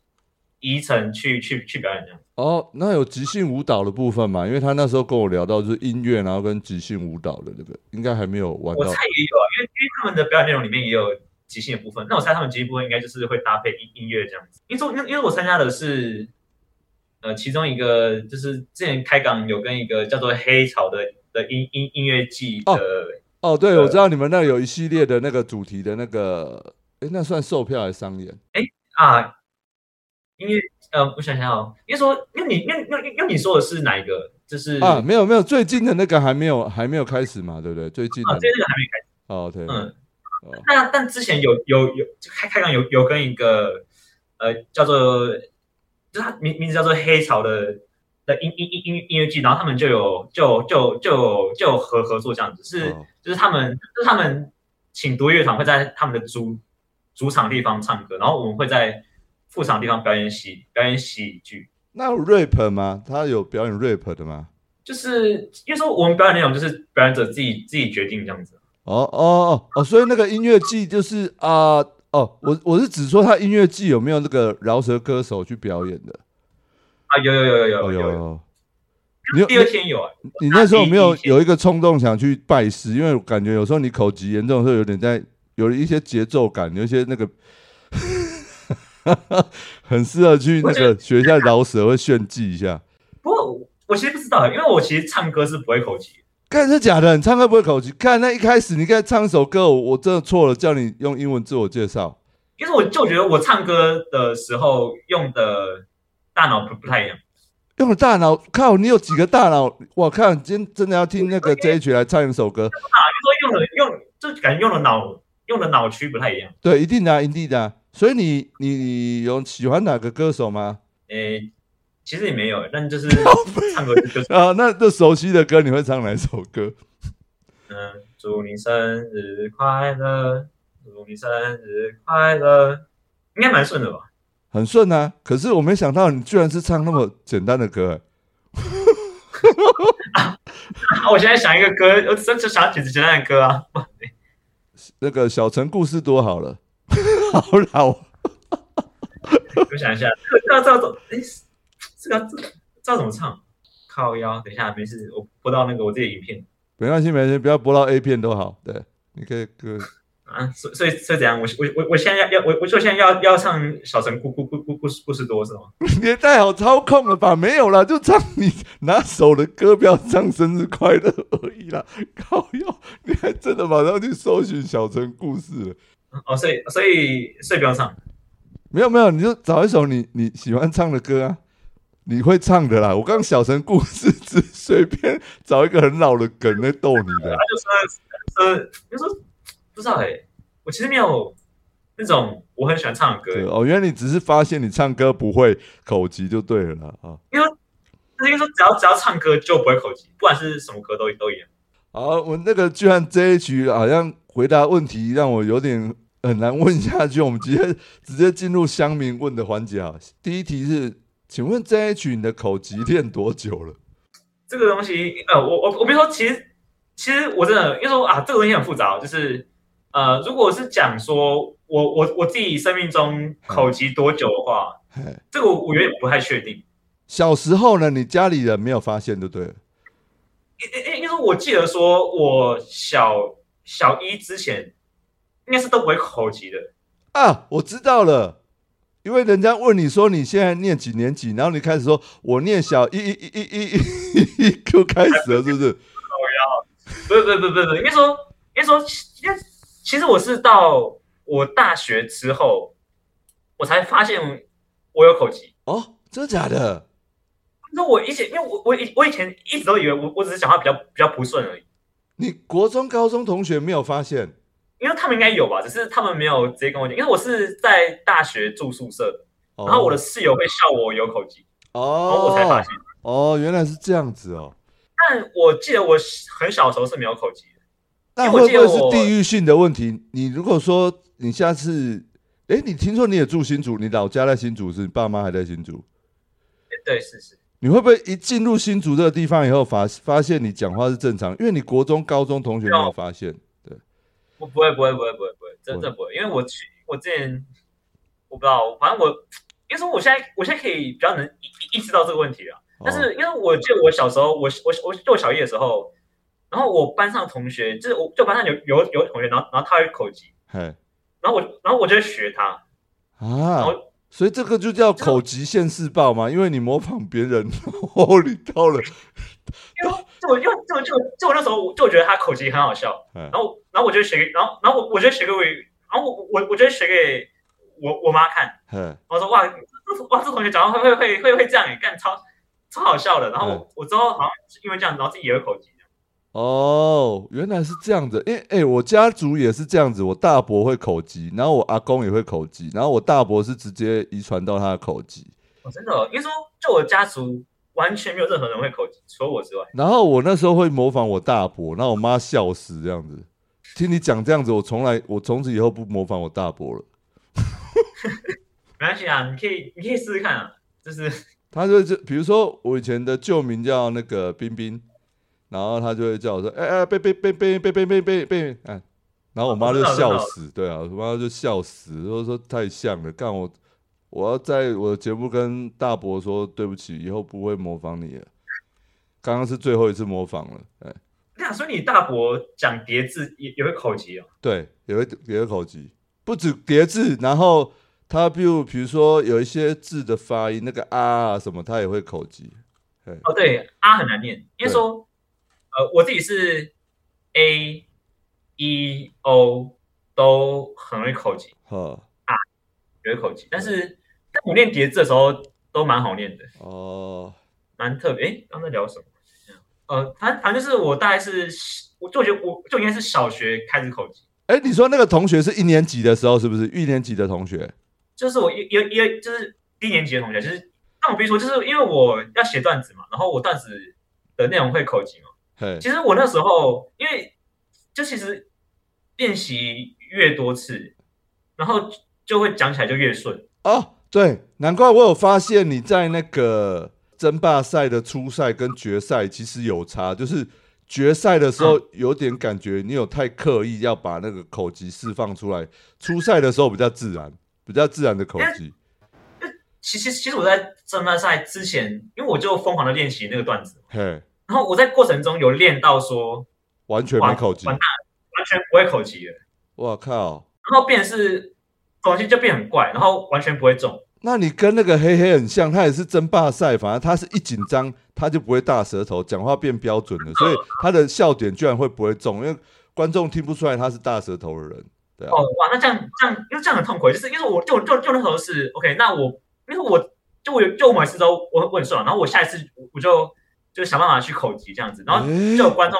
[SPEAKER 4] 宜城去去去表演这样子。
[SPEAKER 3] 哦，那有即兴舞蹈的部分嘛？因为他那时候跟我聊到就是音乐，然后跟即兴舞蹈的这个，应该还没有玩
[SPEAKER 4] 我
[SPEAKER 3] 到
[SPEAKER 4] 猜也有啊，因为因为他们的表演内容里面也有即兴的部分，那我猜他们即兴部分应该就是会搭配音音乐这样子。因为说，因为因为我参加的是，呃，其中一个就是之前开港有跟一个叫做黑潮的的音音音乐季的，
[SPEAKER 3] 哦哦。对，我
[SPEAKER 4] 对
[SPEAKER 3] 知道你们那有一系列的那个主题的那个，哎，那算售票还是商演？
[SPEAKER 4] 啊，音乐呃，我想想哦，因为说，因为你，因为因为因为你说的是哪一个？就是
[SPEAKER 3] 啊，没有没有，最近的那个还没有还没有开始嘛，对不对？最近的、
[SPEAKER 4] 啊，对这个还没开
[SPEAKER 3] 哦，对，
[SPEAKER 4] 始，嗯，
[SPEAKER 3] 哦
[SPEAKER 4] 那但之前有有有就开开港有有跟一个呃叫做，就是他名名字叫做黑潮的的音音音音音乐剧，然后他们就有就就就有就有合合作这样子，是、
[SPEAKER 3] 哦
[SPEAKER 4] 就是他们就是他们请独立乐团会在他们的主主场地方唱歌，然后我们会在副场地方表演喜表演喜剧，
[SPEAKER 3] 那有 rap 吗？他有表演 rap 的吗？
[SPEAKER 4] 就是因为说我们表演内容就是表演者自己自己决定这样子。
[SPEAKER 3] 哦哦哦哦，所以那个音乐季就是啊、哦，我我是指说他音乐季有没有那个饶舌歌手去表演的？
[SPEAKER 4] 啊，有有有有
[SPEAKER 3] 哦
[SPEAKER 4] 有
[SPEAKER 3] 有
[SPEAKER 4] 有
[SPEAKER 3] 有
[SPEAKER 4] 有，
[SPEAKER 3] 有，你有
[SPEAKER 4] 第二天有啊，
[SPEAKER 3] 你那时候有没有
[SPEAKER 4] 第一天
[SPEAKER 3] 有一个冲动想去拜师？因为我感觉有时候你口疾严重的时候，有点在有一些节奏感，有一些那个 很适合去那个学一下饶舌，会炫技一下。
[SPEAKER 4] 不过我我其实不知道，因为我其实唱歌是不会口技的。
[SPEAKER 3] 干是假的，你唱歌不会口疾。看那一开始你该唱一首歌，我我真的错了，叫你用英文自我介绍。
[SPEAKER 4] 因为我就觉得我唱歌的时候用的大脑不不太一样，
[SPEAKER 3] 用了大脑，靠，你有几个大脑？我靠，你今天真的要听那个 J H 来唱一首歌？
[SPEAKER 4] 因为说用了用就感觉用的脑用的脑区不太一样。
[SPEAKER 3] 对，一定的啊、一定的啊、所以你你你有喜欢哪个歌手吗？
[SPEAKER 4] 诶、其实也没有，但就是唱歌就是
[SPEAKER 3] 啊，那那熟悉的歌你会唱哪首歌？
[SPEAKER 4] 嗯，祝你生日快乐，祝你生日快乐，应该蛮顺的吧？
[SPEAKER 3] 很顺啊，可是我没想到你居然是唱那么简单的歌、欸。
[SPEAKER 4] 啊，我现在想一个歌，我真就想简简单的歌啊，
[SPEAKER 3] 那个小城故事多好了， 好老。
[SPEAKER 4] 我想一下，这个这个这个哎，这个这个这个怎么唱？靠腰，等一下，没事，我播到那个我自己的影片
[SPEAKER 3] 没关系，没关系，不要播到 A 片都好。对，你可以歌。
[SPEAKER 4] 啊，所所以所以怎样？我我我我现在要要我我就现在要要唱小城故故故故故事故事多是吗？
[SPEAKER 3] 你也太好操控了吧？没有啦，就唱你拿手的歌，不要唱生日快乐而已啦。 靠药，你还真的马上去搜寻小城故事了？
[SPEAKER 4] 哦，所以所以所以不用唱。
[SPEAKER 3] 没有没有，你就找一首你你喜欢唱的歌啊，你会唱的啦。我刚小城故事只随便找一个很老的梗来逗你的啊、
[SPEAKER 4] 他就说呃，就说不知道哎、我其实没有那种我很喜欢唱的歌、
[SPEAKER 3] 对哦，原来你只是发现你唱歌不会口疾就对了啦啊。
[SPEAKER 4] 但是因为说只要只要唱歌就不会口疾，不管是什么歌都都一样。
[SPEAKER 3] 好，我那个居然这一局好像回答问题让我有点很难问下去，我们直接直接进入乡民问的环节啊。第一题是，请问这一局你的口疾练多久了？
[SPEAKER 4] 这个东西，呃，我我我别说，其实其实我真的，因为说啊，这个东西很复杂哦，就是呃，如果是讲说我我我自己生命中口疾多久的话，
[SPEAKER 3] 嘿
[SPEAKER 4] 这个我我有点不太确定。
[SPEAKER 3] 小时候呢，你家里人没有发现就对了。
[SPEAKER 4] 因因因为说我记得说我小小一之前应该是都不会口疾的，
[SPEAKER 3] 啊，我知道了，因为人家问你说你现在念几年级，然后你开始说我念小一一一一一一一 Q 开始了，是不是？
[SPEAKER 4] 不是不是不是不是，应该说应该说，其实其实我是到我大学之后，我才发现我有口疾。
[SPEAKER 3] 哦，真的假的？
[SPEAKER 4] 那我以前，因为我我以我以前一直都以为我我只是讲话比较比较不顺而已，
[SPEAKER 3] 你国中、高中同学没有发现？
[SPEAKER 4] 因为他们应该有吧，只是他们没有直接跟我讲，因为我是在大学住宿舍的，
[SPEAKER 3] 哦
[SPEAKER 4] 然后我的室友会笑我有口疾，然后
[SPEAKER 3] 哦，
[SPEAKER 4] 我才发现。
[SPEAKER 3] 哦，原来是这样子哦。
[SPEAKER 4] 但我记得我很小的时候是没有口疾的，
[SPEAKER 3] 那
[SPEAKER 4] 因
[SPEAKER 3] 会
[SPEAKER 4] 为
[SPEAKER 3] 不
[SPEAKER 4] 我记得
[SPEAKER 3] 会是
[SPEAKER 4] 我
[SPEAKER 3] 地域性的问题？你如果说你下次，哎，你听说你也住新竹，你老家在新竹，是你爸妈还在新竹？
[SPEAKER 4] 对，是是。
[SPEAKER 3] 你会不会一进入新竹这个地方以后发发现你讲话是正常？因为你国中、高中同学没有发现，对，
[SPEAKER 4] 我不会，不会，不会，不会，不会，真
[SPEAKER 3] 不会
[SPEAKER 4] 的不会，因为我去，我之前我不知道，反正我，因为说我现在，我现在可以比较能意意意识到这个问题了。但
[SPEAKER 3] 哦
[SPEAKER 4] 是因为我记得我小时候，我我我就我小一的时候，然后我班上同学，就是我就班上有有有同学，然后然后他会口疾，
[SPEAKER 3] 嘿
[SPEAKER 4] 然后我然后我就会学他，
[SPEAKER 3] 啊
[SPEAKER 4] 后，
[SPEAKER 3] 所以这个就叫口疾现世报嘛，因为你模仿别人， 然后你到了，
[SPEAKER 4] 因为就我就就就就我那时候我就觉得他口疾很好笑，
[SPEAKER 3] 哎
[SPEAKER 4] 然后然后我就学给，然后然后我我就学给我，然后我我我就学给我我妈看。
[SPEAKER 3] 嘿，
[SPEAKER 4] 我说哇，这哇这同学讲话会会会会会这样耶，干超超好笑的。然后我、
[SPEAKER 3] 嗯
[SPEAKER 4] 我之后好像是因为这样，然后自己也有口疾，
[SPEAKER 3] 哦，原来是这样子，因为哎，我家族也是这样子，我大伯会口疾，然后我阿公也会口疾，然后我大伯是直接遗传到他的口疾，
[SPEAKER 4] 我、真的哦，因为说就我家族完全没有任何人会口疾，除了我之外，
[SPEAKER 3] 然后我那时候会模仿我大伯，然后我妈笑死这样子。听你讲这样子，我从来我从此以后不模仿我大伯了。
[SPEAKER 4] 没关系啊，你可以你可以试试看啊，就是
[SPEAKER 3] 他就就比如说我以前的旧名叫那个冰冰，然后他就会叫我说，哎、哎，贝贝贝贝贝贝贝贝贝，哎，然后我妈就笑死，对啊，我妈就笑死，就说太像了，干我我要在我的节目跟大伯说对不起，以后不会模仿你了，刚刚是最后一次模仿了，哎，
[SPEAKER 4] 那所以你大伯讲叠字也也会口疾哦，
[SPEAKER 3] 对，也会也会口疾，不止叠字，然后他比如比如说有一些字的发音，那个啊啊什么，他也会口疾，
[SPEAKER 4] 哦对，啊很难念，应该说呃我自己是 A E O 都很会口疾，
[SPEAKER 3] 呵。
[SPEAKER 4] 也会口疾，但是但我念叠字的时候都蛮好念的。
[SPEAKER 3] 哦，
[SPEAKER 4] 蛮特别。诶，刚才聊什么？呃，反反正就是我大概是，我就觉得我就应该是小学开始口疾，
[SPEAKER 3] 哎，你说那个同学是一年级的时候，是不是一年级的同学？
[SPEAKER 4] 就是我一一一就是低年级的同学，就是但我必须说，就是因为我要写段子嘛，然后我段子的内容会口疾嘛。
[SPEAKER 3] 嘿，
[SPEAKER 4] 其实我那时候因为就其实练习越多次，然后就就会讲起来就越顺。
[SPEAKER 3] 哦，对，难怪我有发现你在那个争霸赛的初赛跟决赛其实有差，就是决赛的时候
[SPEAKER 4] 啊
[SPEAKER 3] 有点感觉你有太刻意要把那个口技释放出来，初赛的时候比较自然，比较自然的口技。
[SPEAKER 4] 啊其实其实我在争霸赛之前，因为我就疯狂的练习那个段子嘛，
[SPEAKER 3] 嘿，
[SPEAKER 4] 然后我在过程中有练到说
[SPEAKER 3] 完全没
[SPEAKER 4] 完
[SPEAKER 3] 口技，
[SPEAKER 4] 完蛋了，完全不会口疾了。
[SPEAKER 3] 哇靠！
[SPEAKER 4] 然后变成是东西就变很怪，然后完全不会中。
[SPEAKER 3] 那你跟那个黑黑很像，他也是争霸赛，反正他是一紧张他就不会大舌头，讲话变标准了，所以他的笑点居然会不会中，因为观众听不出来他是大舌头的人，对啊
[SPEAKER 4] 哦，，哇，那这样这样，因为这样很痛苦，就是因为我就就就那时候是 OK，那我因为我就我有就我每次都我我很顺嘛，然后我下一次我我就就想办法去口疾这样子，然后
[SPEAKER 3] 诶
[SPEAKER 4] 就有观众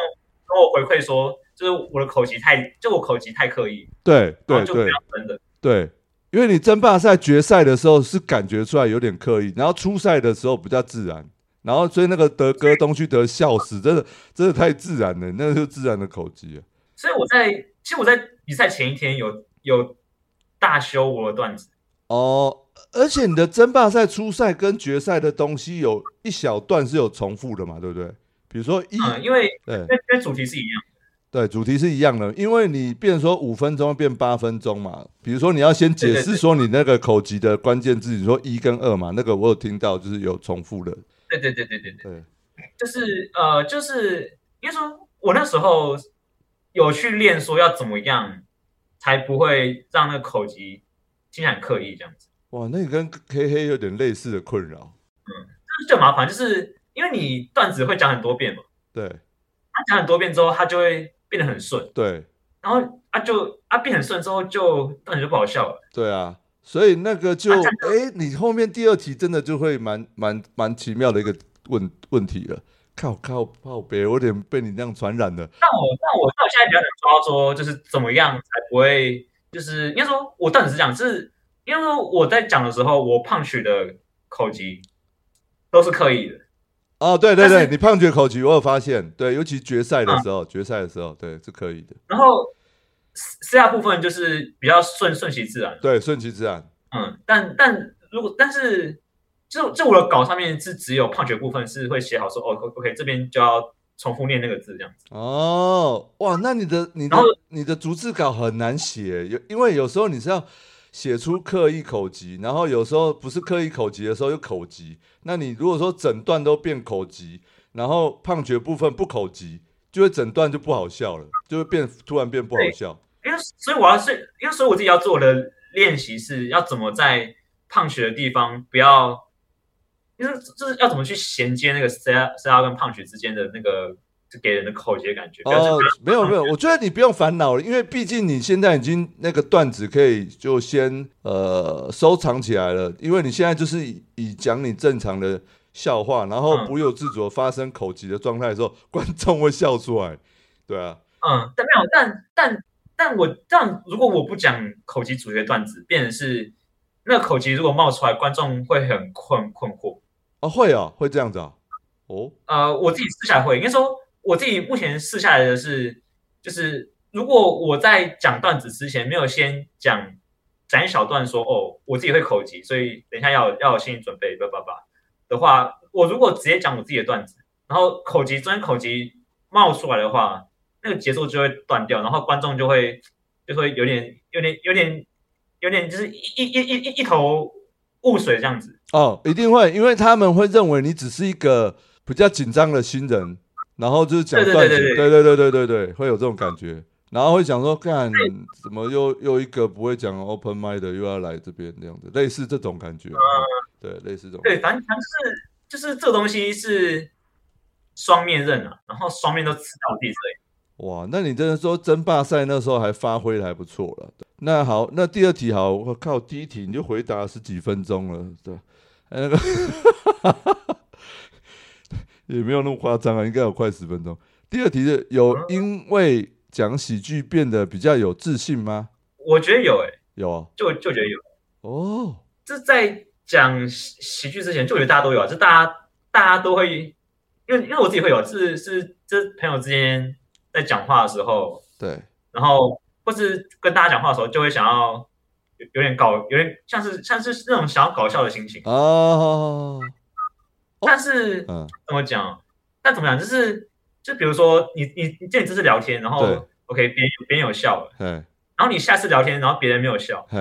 [SPEAKER 4] 跟我回馈说，就是我的口疾太就我口疾太刻意，
[SPEAKER 3] 对
[SPEAKER 4] 然
[SPEAKER 3] 对
[SPEAKER 4] 后就不
[SPEAKER 3] 对
[SPEAKER 4] 要真的。
[SPEAKER 3] 对，因为你争霸赛决赛的时候是感觉出来有点刻意，然后初赛的时候比较自然，然后所以那个德哥东区德笑死，真的真的太自然了，那个就自然的口技了，
[SPEAKER 4] 所以我在其实我在比赛前一天有有大修我的段子，
[SPEAKER 3] 哦。而且你的争霸赛初赛跟决赛的东西有一小段是有重复的嘛，对不对？比如说一、
[SPEAKER 4] 嗯，因为
[SPEAKER 3] 对
[SPEAKER 4] 因为因为主题是一样的。
[SPEAKER 3] 对，主题是一样的，因为你变说五分钟变八分钟嘛。比如说你要先解
[SPEAKER 4] 对对
[SPEAKER 3] 释说你那个口级的关键字，你说一跟二嘛，那个我有听到就是有重复的。
[SPEAKER 4] 对对对对对对，
[SPEAKER 3] 对
[SPEAKER 4] 就是呃，就是应该说，我那时候有去练，说要怎么样才不会让那个口疾经常刻意这样子，
[SPEAKER 3] 哇，那你跟 K 黑有点类似的困扰。
[SPEAKER 4] 这就很麻烦，就是因为你段子会讲很多遍嘛，
[SPEAKER 3] 对
[SPEAKER 4] 他讲很多遍之后，他就会变得很顺，
[SPEAKER 3] 对
[SPEAKER 4] 然后啊就啊变很顺之后就，段子就不好笑了。
[SPEAKER 3] 对啊，所以那个就
[SPEAKER 4] 啊这样
[SPEAKER 3] 哎、你后面第二题真的就会蛮蛮蛮奇妙的一个问问题了。靠靠靠别，我有点被你那样传染了。
[SPEAKER 4] 但我但我到现在比较能抓到说，就是怎么样才不会，就是应该说，我段子是讲是，应该说我在讲的时候，我胖曲的口疾都是刻意的。
[SPEAKER 3] 哦，对对
[SPEAKER 4] 但
[SPEAKER 3] 对，
[SPEAKER 4] 是啊
[SPEAKER 3] 你胖觉口级，我有发现，对，尤其决赛的时候，决赛的时候，对，是可以的，
[SPEAKER 4] 然后私私下部分就是比较顺顺其自然，
[SPEAKER 3] 对，顺其自然，
[SPEAKER 4] 嗯，但但如果但是就就我的稿上面是只有胖决部分是会写好说哦，OK，这边就要重复念那个字这样子，
[SPEAKER 3] 哦，哇，那你的你的
[SPEAKER 4] 然后
[SPEAKER 3] 你的逐字稿很难写，有因为有时候你是要写出刻意口疾，然后有时候不是刻意口疾的时候又口疾。那你如果说整段都变口疾，然后胖觉部分不口疾，就会整段就不好笑了，就会变突然变不好
[SPEAKER 4] 对
[SPEAKER 3] 笑。
[SPEAKER 4] 因为所以我要是因为所以我自己要做的练习是要怎么在胖学的地方不要。就是就是要怎么去衔接那个 C R C R 跟胖曲之间的那个，就给人的口诀感 觉。不要
[SPEAKER 3] 哦
[SPEAKER 4] 是，
[SPEAKER 3] 没有没有，我觉得你不用烦恼了，因为毕竟你现在已经那个段子可以就先呃收藏起来了，因为你现在就是以以讲你正常的笑话，然后
[SPEAKER 4] 嗯
[SPEAKER 3] 不由自主地发生口疾的状态的时候，观众会笑出来，对啊，
[SPEAKER 4] 嗯，但没有，但但但我但如果我不讲口级主角段子，变成是那个口级如果冒出来，观众会很困困惑。
[SPEAKER 3] 哦会哦，会这样子哦，哦
[SPEAKER 4] 呃，我自己试下来会，应该说我自己目前试下来的是，就是如果我在讲段子之前没有先讲讲一小段说哦，我自己会口疾，所以等一下要有要有心理准备，叭叭叭的话，我如果直接讲我自己的段子，然后口疾专口疾冒出来的话，那个节奏就会断掉，然后观众就会就会有点有点有点有点就是一一一一一一头雾水这样子。
[SPEAKER 3] 哦，一定会，因为他们会认为你只是一个比较紧张的新人，然后就是讲
[SPEAKER 4] 对对
[SPEAKER 3] 段子，
[SPEAKER 4] 对对
[SPEAKER 3] 对对对对对对，会有这种感觉，然后会想说，干怎么又又一个不会讲 open m i d 的又要来这边这样子，类似这种感觉，
[SPEAKER 4] 啊
[SPEAKER 3] 对，类似这种，
[SPEAKER 4] 对，反正反正是就是这个东西是双面刃啊，然后双面都刺到我自己这里。
[SPEAKER 3] 哇，那你真的说争霸赛那时候还发挥的还不错了。那好，那第二题好，我靠，第一题你就回答十几分钟了，对，哎那个 也没有那么夸张啊，应该有快十分钟。第二题是有因为讲喜剧变得比较有自信吗？
[SPEAKER 4] 我觉得有诶、欸
[SPEAKER 3] 有啊，
[SPEAKER 4] 就就觉得有。
[SPEAKER 3] 哦，
[SPEAKER 4] 这在讲喜喜剧之前，就觉得大家都有啊，就大家大家都会，因为因为我自己会有，是是就是朋友之间在讲话的时候，
[SPEAKER 3] 对，
[SPEAKER 4] 然后或是跟大家讲话的时候，就会想要有有点搞，有点像是像是那种想要搞笑的心情，
[SPEAKER 3] 哦，
[SPEAKER 4] 但是
[SPEAKER 3] 嗯，
[SPEAKER 4] 怎么讲？那怎么讲？就是就比如说你你你见你这次聊天，然
[SPEAKER 3] 对
[SPEAKER 4] 后 OK 别人有别人有笑了，
[SPEAKER 3] 嘿，
[SPEAKER 4] 然后你下次聊天，然后别人没有笑，
[SPEAKER 3] 嘿，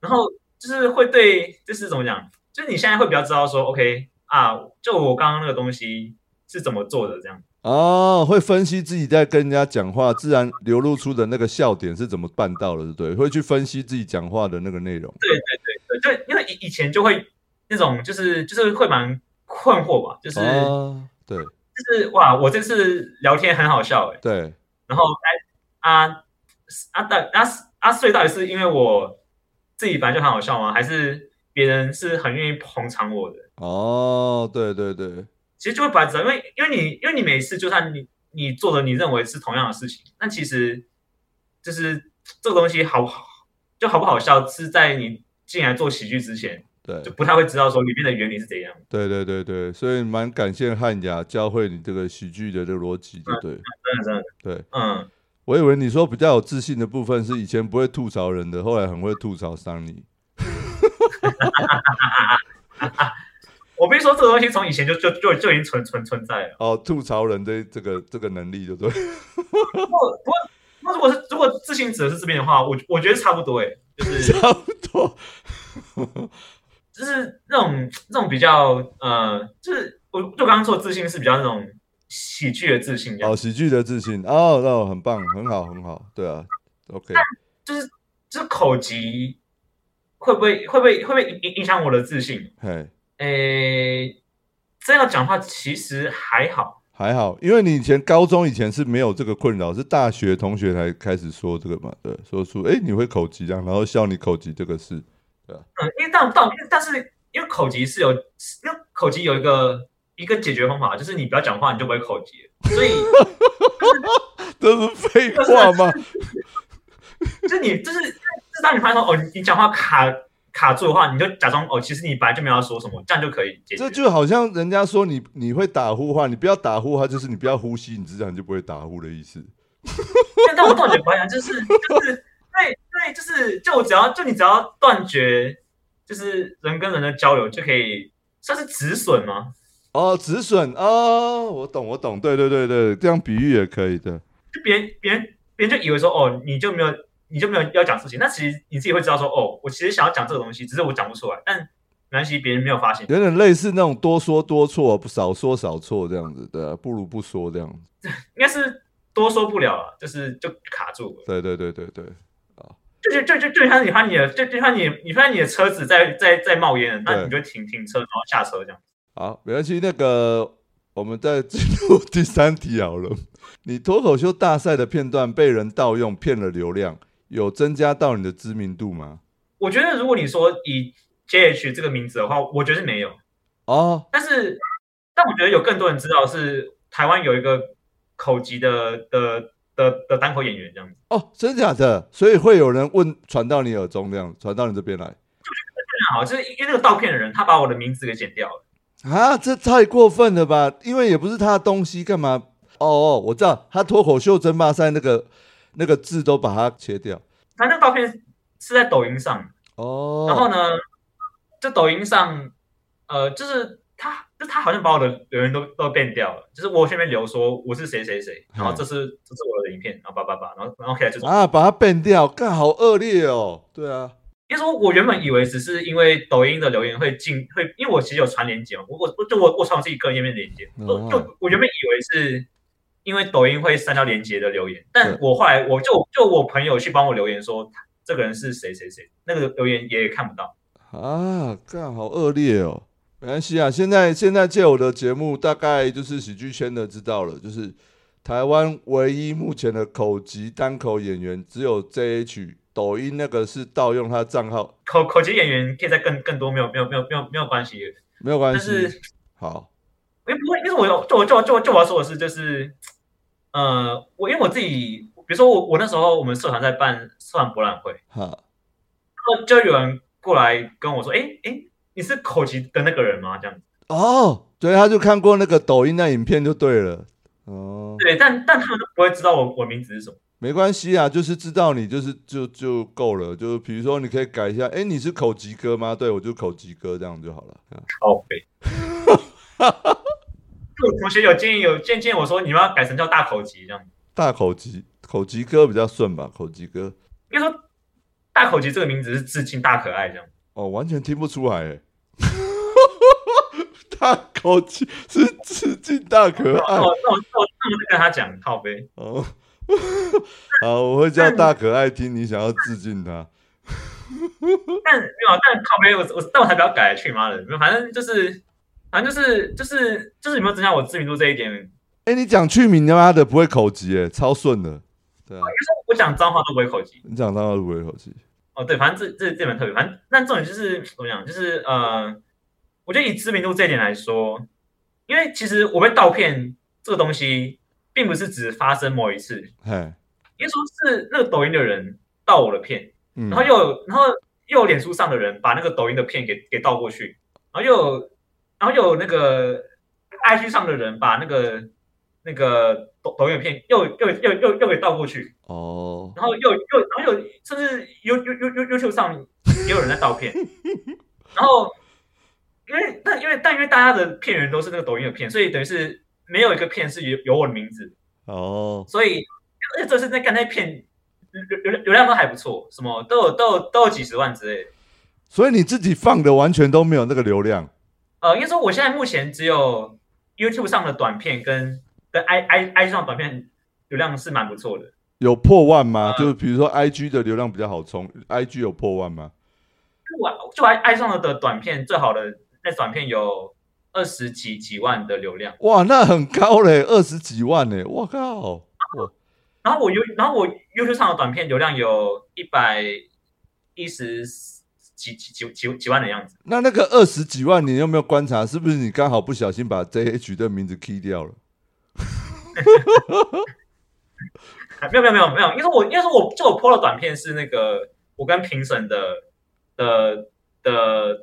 [SPEAKER 4] 然后就是会对就是怎么讲？就是你现在会比较知道说 OK 啊，就我刚刚那个东西是怎么做的这样。
[SPEAKER 3] 哦，会分析自己在跟人家讲话，自然流露出的那个笑点是怎么办到的，对不对？会去分析自己讲话的那个内容。
[SPEAKER 4] 对，就因为以以前就会那种就是就是会蛮困惑吧，就是、
[SPEAKER 3] 啊，对
[SPEAKER 4] 就是哇，我这次聊天很好笑哎、
[SPEAKER 3] 对，
[SPEAKER 4] 然后哎啊啊到啊啊所以到底是因为我自己本来就很好笑吗？还是别人是很愿意捧场我的？
[SPEAKER 3] 哦，对对对，
[SPEAKER 4] 其实就会把责，因为因为你因为你每次就算你你做的你认为是同样的事情，但其实就是这个东西好不好就好不好笑，是在你进来做喜剧之前
[SPEAKER 3] 对
[SPEAKER 4] 就不太会知道说里面的原理是怎样。
[SPEAKER 3] 对对对对，所以蛮感谢汉雅教会你这个喜剧的这个逻辑，对对
[SPEAKER 4] 真的真的，
[SPEAKER 3] 对。
[SPEAKER 4] 嗯，
[SPEAKER 3] 我以为你说比较有自信的部分是以前不会吐槽人的，后来很会吐槽桑尼。
[SPEAKER 4] 我必须说这个东西从以前就就就就已经存存存在了。
[SPEAKER 3] 哦，吐槽人的这个这个能力，对不对？
[SPEAKER 4] 不过不过那如果是如果自信指的是这边的话，我我觉得差不多哎、就是
[SPEAKER 3] 差不多。
[SPEAKER 4] 就是那种那种比较呃，就是我就刚刚说的自信是比较那种喜剧的自信这样
[SPEAKER 3] 哦，。喜剧的自信，哦，那、我很棒，很好，很好，对啊，OK，
[SPEAKER 4] 就是就是口疾会不会会不会会不会影影响我的自信？
[SPEAKER 3] 嘿，
[SPEAKER 4] 诶，这样讲话其实还好，
[SPEAKER 3] 还好，因为你以前高中以前是没有这个困扰，是大学同学才开始说这个嘛，对，说出哎、诶你会口疾这样，然后笑你口疾这个事，
[SPEAKER 4] 嗯，因为但但但是因为口疾是有，因为口疾有一个一个解决方法，就是你不要讲话，你就不会口疾了，所以
[SPEAKER 3] 这是废话吗？
[SPEAKER 4] 就是你就是就是当你发现说哦，你你讲话卡卡住的话，你就假装哦，其实你本来就没有要说什么，这样就可以解决。
[SPEAKER 3] 这就好像人家说你你会打呼的话，你不要打呼，它就是你不要呼吸，你自然就不会打呼的意思。
[SPEAKER 4] 但但我断绝不想，就是就是对对，就是就我只要就你只要断绝，就是人跟人的交流就可以算是止损吗？
[SPEAKER 3] 哦，止损哦，我懂，我懂，对对对对，这样比喻也可以的。
[SPEAKER 4] 就别人别人别人就以为说哦，你就没有你就没有要讲事情，那其实你自己会知道说哦，我其实想要讲这个东西，只是我讲不出来，但没关系，别人没有发现。
[SPEAKER 3] 有点类似那种多说多错，不少说少错这样子，对、啊，不如不说这样子。
[SPEAKER 4] 应该是多说不了了，就是就卡住了，
[SPEAKER 3] 对对对对对，
[SPEAKER 4] 就就就就就像你发现你的就就像你你发现你的车子在在在冒烟了，那你就停停车然后下车这样。
[SPEAKER 3] 好，没关系。那个，我们再进入第三题好了。 你脱口秀大赛的片段被人盗用，骗了流量，有增加到你的知名度吗？
[SPEAKER 4] 我觉得如果你说以 JH 这个名字的话，我觉得是没有。
[SPEAKER 3] 哦，
[SPEAKER 4] 但是，但我觉得有更多人知道是台湾有一个口级的的的的单口演员这样子，
[SPEAKER 3] 哦，真假的？所以会有人问传到你耳中，这样传到你这边来
[SPEAKER 4] 那好，就是因为那个盗片的人他把我的名字给剪掉了，
[SPEAKER 3] 啊？这太过分了吧？因为也不是他的东西，干嘛？哦哦，我知道，他脱口秀争霸赛那个那个字都把它切掉。
[SPEAKER 4] 他那个盗片是在抖音上，
[SPEAKER 3] 哦，
[SPEAKER 4] 然后呢，就抖音上，呃，就是他，就他好像把我的留言都都变掉了，就是我去那边留说我是谁谁谁，然后这是这是我的影片，然后叭叭叭，然后然后开始就是，
[SPEAKER 3] 啊，把它变掉，干好恶劣哦。对啊，
[SPEAKER 4] 因为说我原本以为只是因为抖音的留言会进会，因为我其实有传链接嘛，我我我就我我传我自己个人页面链接，
[SPEAKER 3] 嗯
[SPEAKER 4] 我就我原本以为是。因为抖音会删掉链接的留言，但
[SPEAKER 3] 对
[SPEAKER 4] 我后来我就就我朋友去帮我留言说，这个人是谁谁谁，那个留言也看不到。
[SPEAKER 3] 啊，干好恶劣哦。没关系啊，现在现在借我的节目，大概就是喜剧圈的知道了，就是台湾唯一目前的口级单口演员只有 JH，抖音那个是盗用他账号，
[SPEAKER 4] 口口级演员可以再更更多，没有没有没有没有没有关系。
[SPEAKER 3] 没有关
[SPEAKER 4] 但是
[SPEAKER 3] 系。好，
[SPEAKER 4] 因为不会，因为我有就我就我就我就我要说的是，就是呃，我因为我自己，比如说我我那时候我们社团在办社团博览会，
[SPEAKER 3] 哈，
[SPEAKER 4] 然后就有人过来跟我说，哎哎，你是口级的那个人吗？这样子。
[SPEAKER 3] 哦，对，他就看过那个抖音那影片就对了。哦，
[SPEAKER 4] 对，但但他们都不会知道我我名字是什么。
[SPEAKER 3] 没关系啊，就是知道你就是就就够了，就是比如说你可以改一下，哎，你是口级哥吗？对，我就口级哥这样就好了。嗯
[SPEAKER 4] 靠背。 就我同学有建议有建建议我说，你们要改成叫大口级这样子。
[SPEAKER 3] 大口级口级哥比较顺吧，口级哥
[SPEAKER 4] 应该说大口级这个名字是致敬大可爱这样。
[SPEAKER 3] 哦，完全听不出来哎。 大口级是致敬大可
[SPEAKER 4] 哦那
[SPEAKER 3] 爱
[SPEAKER 4] 我那我那我那我就跟他讲靠背。
[SPEAKER 3] 哦。 好，我会叫大可爱听你想要致敬他。
[SPEAKER 4] 但没有，啊但靠背我我但我才不要改去妈的，没有，反正就是反正就是就是就是有没有增加我知名度这一点，
[SPEAKER 3] 哎，你讲去名他妈的不会口级哎，超顺的。对啊，
[SPEAKER 4] 我讲脏话都不会口急
[SPEAKER 3] 你讲到不会口级。
[SPEAKER 4] 哦。对，反正这这这蛮特别，反正但重点就是怎么讲，就是呃，我觉得以知名度这一点来说，因为其实我被盗骗这个东西，并不是只发生某一次，
[SPEAKER 3] 嘿，
[SPEAKER 4] 应该说是那个抖音的人盗我的片，
[SPEAKER 3] 嗯
[SPEAKER 4] 然后，又有然后又有脸书上的人把那个抖音的片给给倒过去，然后又有然后又有那个 IG 上的人把那个那个抖抖音的片又又又又又给倒过去，
[SPEAKER 3] 哦，
[SPEAKER 4] 然后又又然后又甚至 You You You You YouTube 上也有人在盗片，然后因为但因为但因为大家的片源都是那个抖音的片，所以等于是没有一个片是有有我的名字，
[SPEAKER 3] 哦，
[SPEAKER 4] 所以而且这次那干那片流流流量都还不错，什么都有都有都有几十万之类的。
[SPEAKER 3] 所以你自己放的完全都没有那个流量。
[SPEAKER 4] 呃，应该说我现在目前只有 YouTube 上的短片跟跟 i i i 上的短片流量是蛮不错的。
[SPEAKER 3] 有破万吗？
[SPEAKER 4] 嗯
[SPEAKER 3] 就是比如说 I G 的流量比较好冲，I G 有破万吗？
[SPEAKER 4] 就我就 i i 上的短片最好的那短片有二十几几万的流量，
[SPEAKER 3] 哇，那很高嘞，二十几万嘞！我靠，
[SPEAKER 4] 然后我 U 然后我 YouTube 上的短片流量有一百一十几几几几几万的样子。
[SPEAKER 3] 那那个二十几万，你有没有观察？是不是你刚好不小心把 J H 的名字 key 掉了？
[SPEAKER 4] 啊没有没有没有没有，应该说我应该说我就我 PO 的短片是那个我跟评审的的的的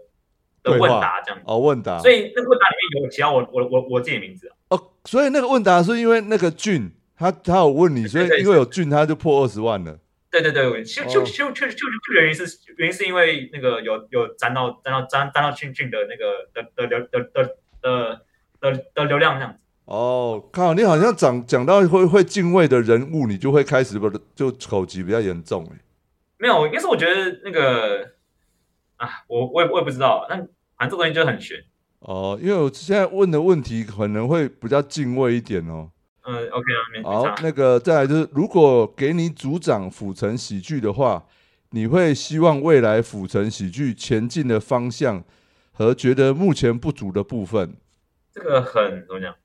[SPEAKER 3] 对
[SPEAKER 4] 问
[SPEAKER 3] 话
[SPEAKER 4] 答这样子，
[SPEAKER 3] 哦，问答
[SPEAKER 4] 所以那个问答里面有提到我我我我自己的名字啊。
[SPEAKER 3] 哦，所以那个问答是因为那个俊他他有问你，所以
[SPEAKER 4] 对对
[SPEAKER 3] 因为有俊他就破二十万了。
[SPEAKER 4] 对对对，我其实就
[SPEAKER 3] 哦
[SPEAKER 4] 就就就就原因是原因是因为那个有有沾到沾到沾沾到俊俊的那个的的流的的的的的流量这样子。
[SPEAKER 3] 哦，靠，你好像讲讲到会会敬畏的人物，你就会开始不就口疾比较严重哎。
[SPEAKER 4] 没有，应该是我觉得那个啊，我我也我也不知道，但反正这个东西就很悬。
[SPEAKER 3] 哦，因为我现在问的问题可能会比较敬畏一点哦。
[SPEAKER 4] 嗯，OK 啊， 没没
[SPEAKER 3] 好
[SPEAKER 4] 差，。
[SPEAKER 3] 那个再来就是，如果给你组长府城喜剧的话，你会希望未来府城喜剧前进的方向和觉得目前不足的部分？
[SPEAKER 4] 这个很怎么讲？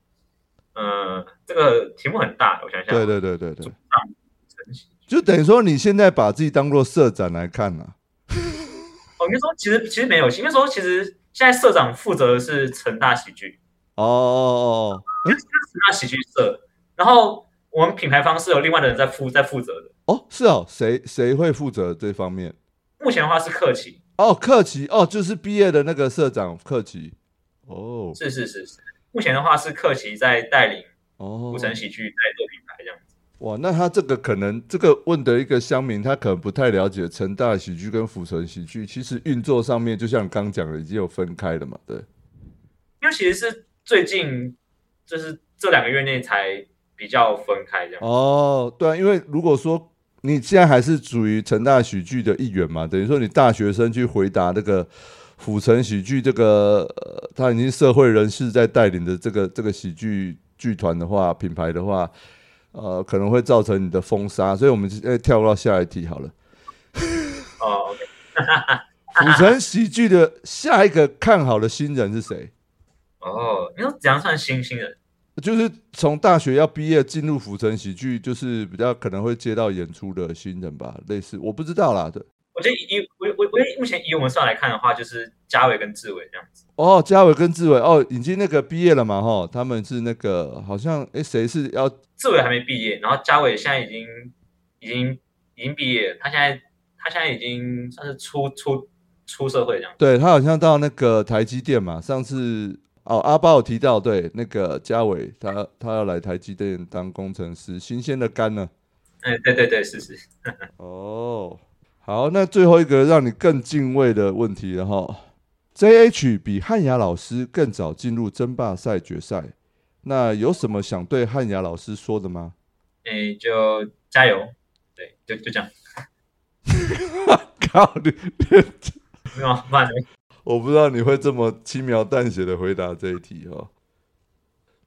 [SPEAKER 4] 嗯，这个题目很大，我想想。
[SPEAKER 3] 对对对对对，
[SPEAKER 4] 神奇。
[SPEAKER 3] 就等于说你现在把自己当做社长来看啊了、
[SPEAKER 4] 哦，应该说其实其实没有，应该说其实现在社长负责的是成大喜剧，
[SPEAKER 3] 哦哦
[SPEAKER 4] 成大喜剧社，然后我们品牌方是有另外的人在负在负责的。
[SPEAKER 3] 哦哦，哦是哦，谁谁会负责这方面？
[SPEAKER 4] 目前的话是客气，
[SPEAKER 3] 哦，克奇哦，就是毕业的那个社长克奇。哦
[SPEAKER 4] 是是是是。目前的话是客奇在带领
[SPEAKER 3] 哦
[SPEAKER 4] 古，城喜剧在做品牌这样子。
[SPEAKER 3] 哇，那他这个可能这个问的一个乡民，他可能不太了解成大喜剧跟府城喜剧，其实运作上面就像你刚讲的，已经有分开了嘛，对，
[SPEAKER 4] 因为其实是最近就是这两个月内才比较分开这样。
[SPEAKER 3] 哦，对啊，因为如果说你现在还是属于成大喜剧的一员嘛，等于说你大学生去回答那个府城喜剧这个，呃他已经社会人士在带领的这个这个喜剧剧团的话，品牌的话，呃，可能会造成你的封杀，所以我们现在跳到下一题好了。
[SPEAKER 4] 哦，OK，
[SPEAKER 3] 府城喜剧的下一个看好的新人是谁？
[SPEAKER 4] 哦，你说怎样算新兴人？
[SPEAKER 3] 就是从大学要毕业进入府城喜剧，就是比较可能会接到演出的新人吧，类似我不知道啦，对。
[SPEAKER 4] 我觉得以我我我目前以我们算来看的话，就是嘉伟跟志伟这样子。
[SPEAKER 3] 哦，嘉伟跟志伟哦，已经那个毕业了嘛，哈，他们是那个好像诶，谁是要
[SPEAKER 4] 志伟还没毕业，然后嘉伟现在已经已经已经毕业了，他现在他现在已经算是出出出社会这样。
[SPEAKER 3] 对他好像到那个台积电嘛，上次哦阿豹有提到对那个嘉伟他他要来台积电当工程师，新鲜的肝呢。
[SPEAKER 4] 哎，对对对，是是。
[SPEAKER 3] 哦，好，那最后一个让你更敬畏的问题了哈。J H 比汉雅老师更早进入争霸赛决赛，那有什么想对汉雅老师说的吗？
[SPEAKER 4] 哎，就加油，对，就就这样，
[SPEAKER 3] 靠你你
[SPEAKER 4] 没有办法。
[SPEAKER 3] 我不知道你会这么轻描淡写的回答这一题哦。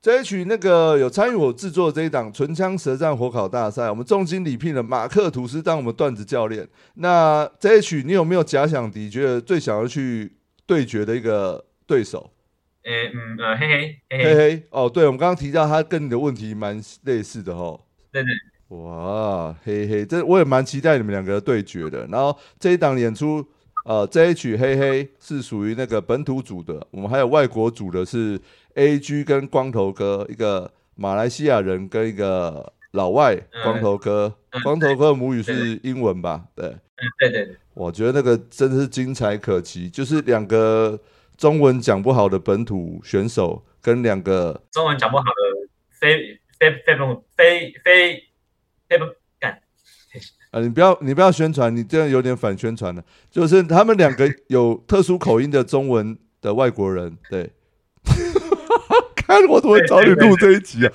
[SPEAKER 3] 这一曲那个有参与我制作这一档《唇枪舌战火烤大赛》，我们重金礼聘了马克吐司当我们段子教练。那这一曲你有没有假想敌，觉得最想要去对决的一个对手？
[SPEAKER 4] 哎嗯呃，嘿嘿嘿
[SPEAKER 3] 嘿
[SPEAKER 4] 嘿，
[SPEAKER 3] 嘿，哦，对，我们刚刚提到他跟你的问题蛮类似的哦。
[SPEAKER 4] 对对，
[SPEAKER 3] 哇，嘿嘿，这我也蛮期待你们两个的对决的。然后这一档演出，呃，JH 嘿嘿是属于那个本土组的，我们还有外国组的是 AG 跟光头哥，一个马来西亚人跟一个老外光头哥，
[SPEAKER 4] 嗯
[SPEAKER 3] 光头哥的母语
[SPEAKER 4] 对
[SPEAKER 3] 是英文吧？对，
[SPEAKER 4] 嗯对对对，
[SPEAKER 3] 我觉得那个真的是精彩可期，就是两个中文讲不好的本土选手跟两个
[SPEAKER 4] 中文讲不好的非非非本非非非本干，
[SPEAKER 3] 啊，你不要你不要宣传，你这样有点反宣传了。就是他们两个有特殊口音的中文的外国人，对。 看我怎么找你录这一集啊？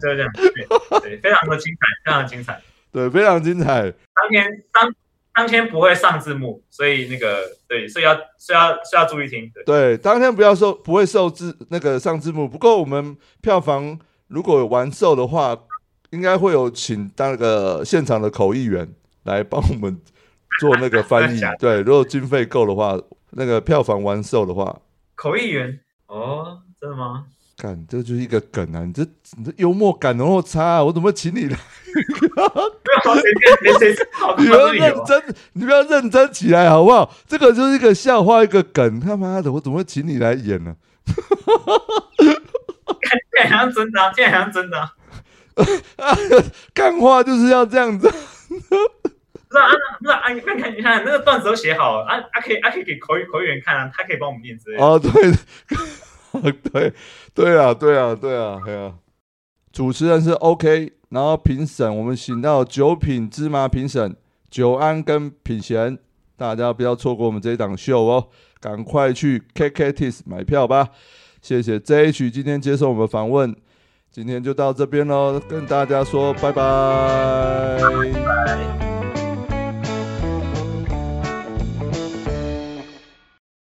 [SPEAKER 4] 就这样，对对，非常的精彩，非常的精彩。
[SPEAKER 3] 对，非常精彩。
[SPEAKER 4] 当天当当天不会上字幕，所以那个对，所以要所以要所以要注意听，对
[SPEAKER 3] 对，当天不要受，不会受字那个上字幕。不过我们票房如果有完售的话，应该会有请那个现场的口译员来帮我们做那个翻译
[SPEAKER 4] 真的假的。
[SPEAKER 3] 对，如果经费够的话，那个票房完售的话，
[SPEAKER 4] 口译员哦，真的吗？
[SPEAKER 3] 干，这就是一个梗啊！你这你这幽默感然后差、啊，我怎么会请你来？
[SPEAKER 4] 没有谁谁谁谁好
[SPEAKER 3] 你不
[SPEAKER 4] 他都
[SPEAKER 3] 要
[SPEAKER 4] 有
[SPEAKER 3] 认
[SPEAKER 4] 啊，
[SPEAKER 3] 真，你不要认真起来好不好？这个就是一个笑话，一个梗，他妈的，我怎么会请你来演呢、
[SPEAKER 4] 这好像真的啊，这好像真的啊，
[SPEAKER 3] 干话就是要这样子，
[SPEAKER 4] 不是啊，啊不是啊，你看看你看那个段子都写好了啊啊可以啊可以给口译口译员看啊，他可以帮我们念之类的。
[SPEAKER 3] 哦，对，对，对啊，对啊，对啊，对啊。主持人是 OK，然后评审我们请到九品芝麻评审九安跟品贤，大家不要错过我们这一档秀哦，赶快去 KKTIS 买票吧。谢谢 JH 今天接受我们访问，今天就到这边喽，跟大家说拜拜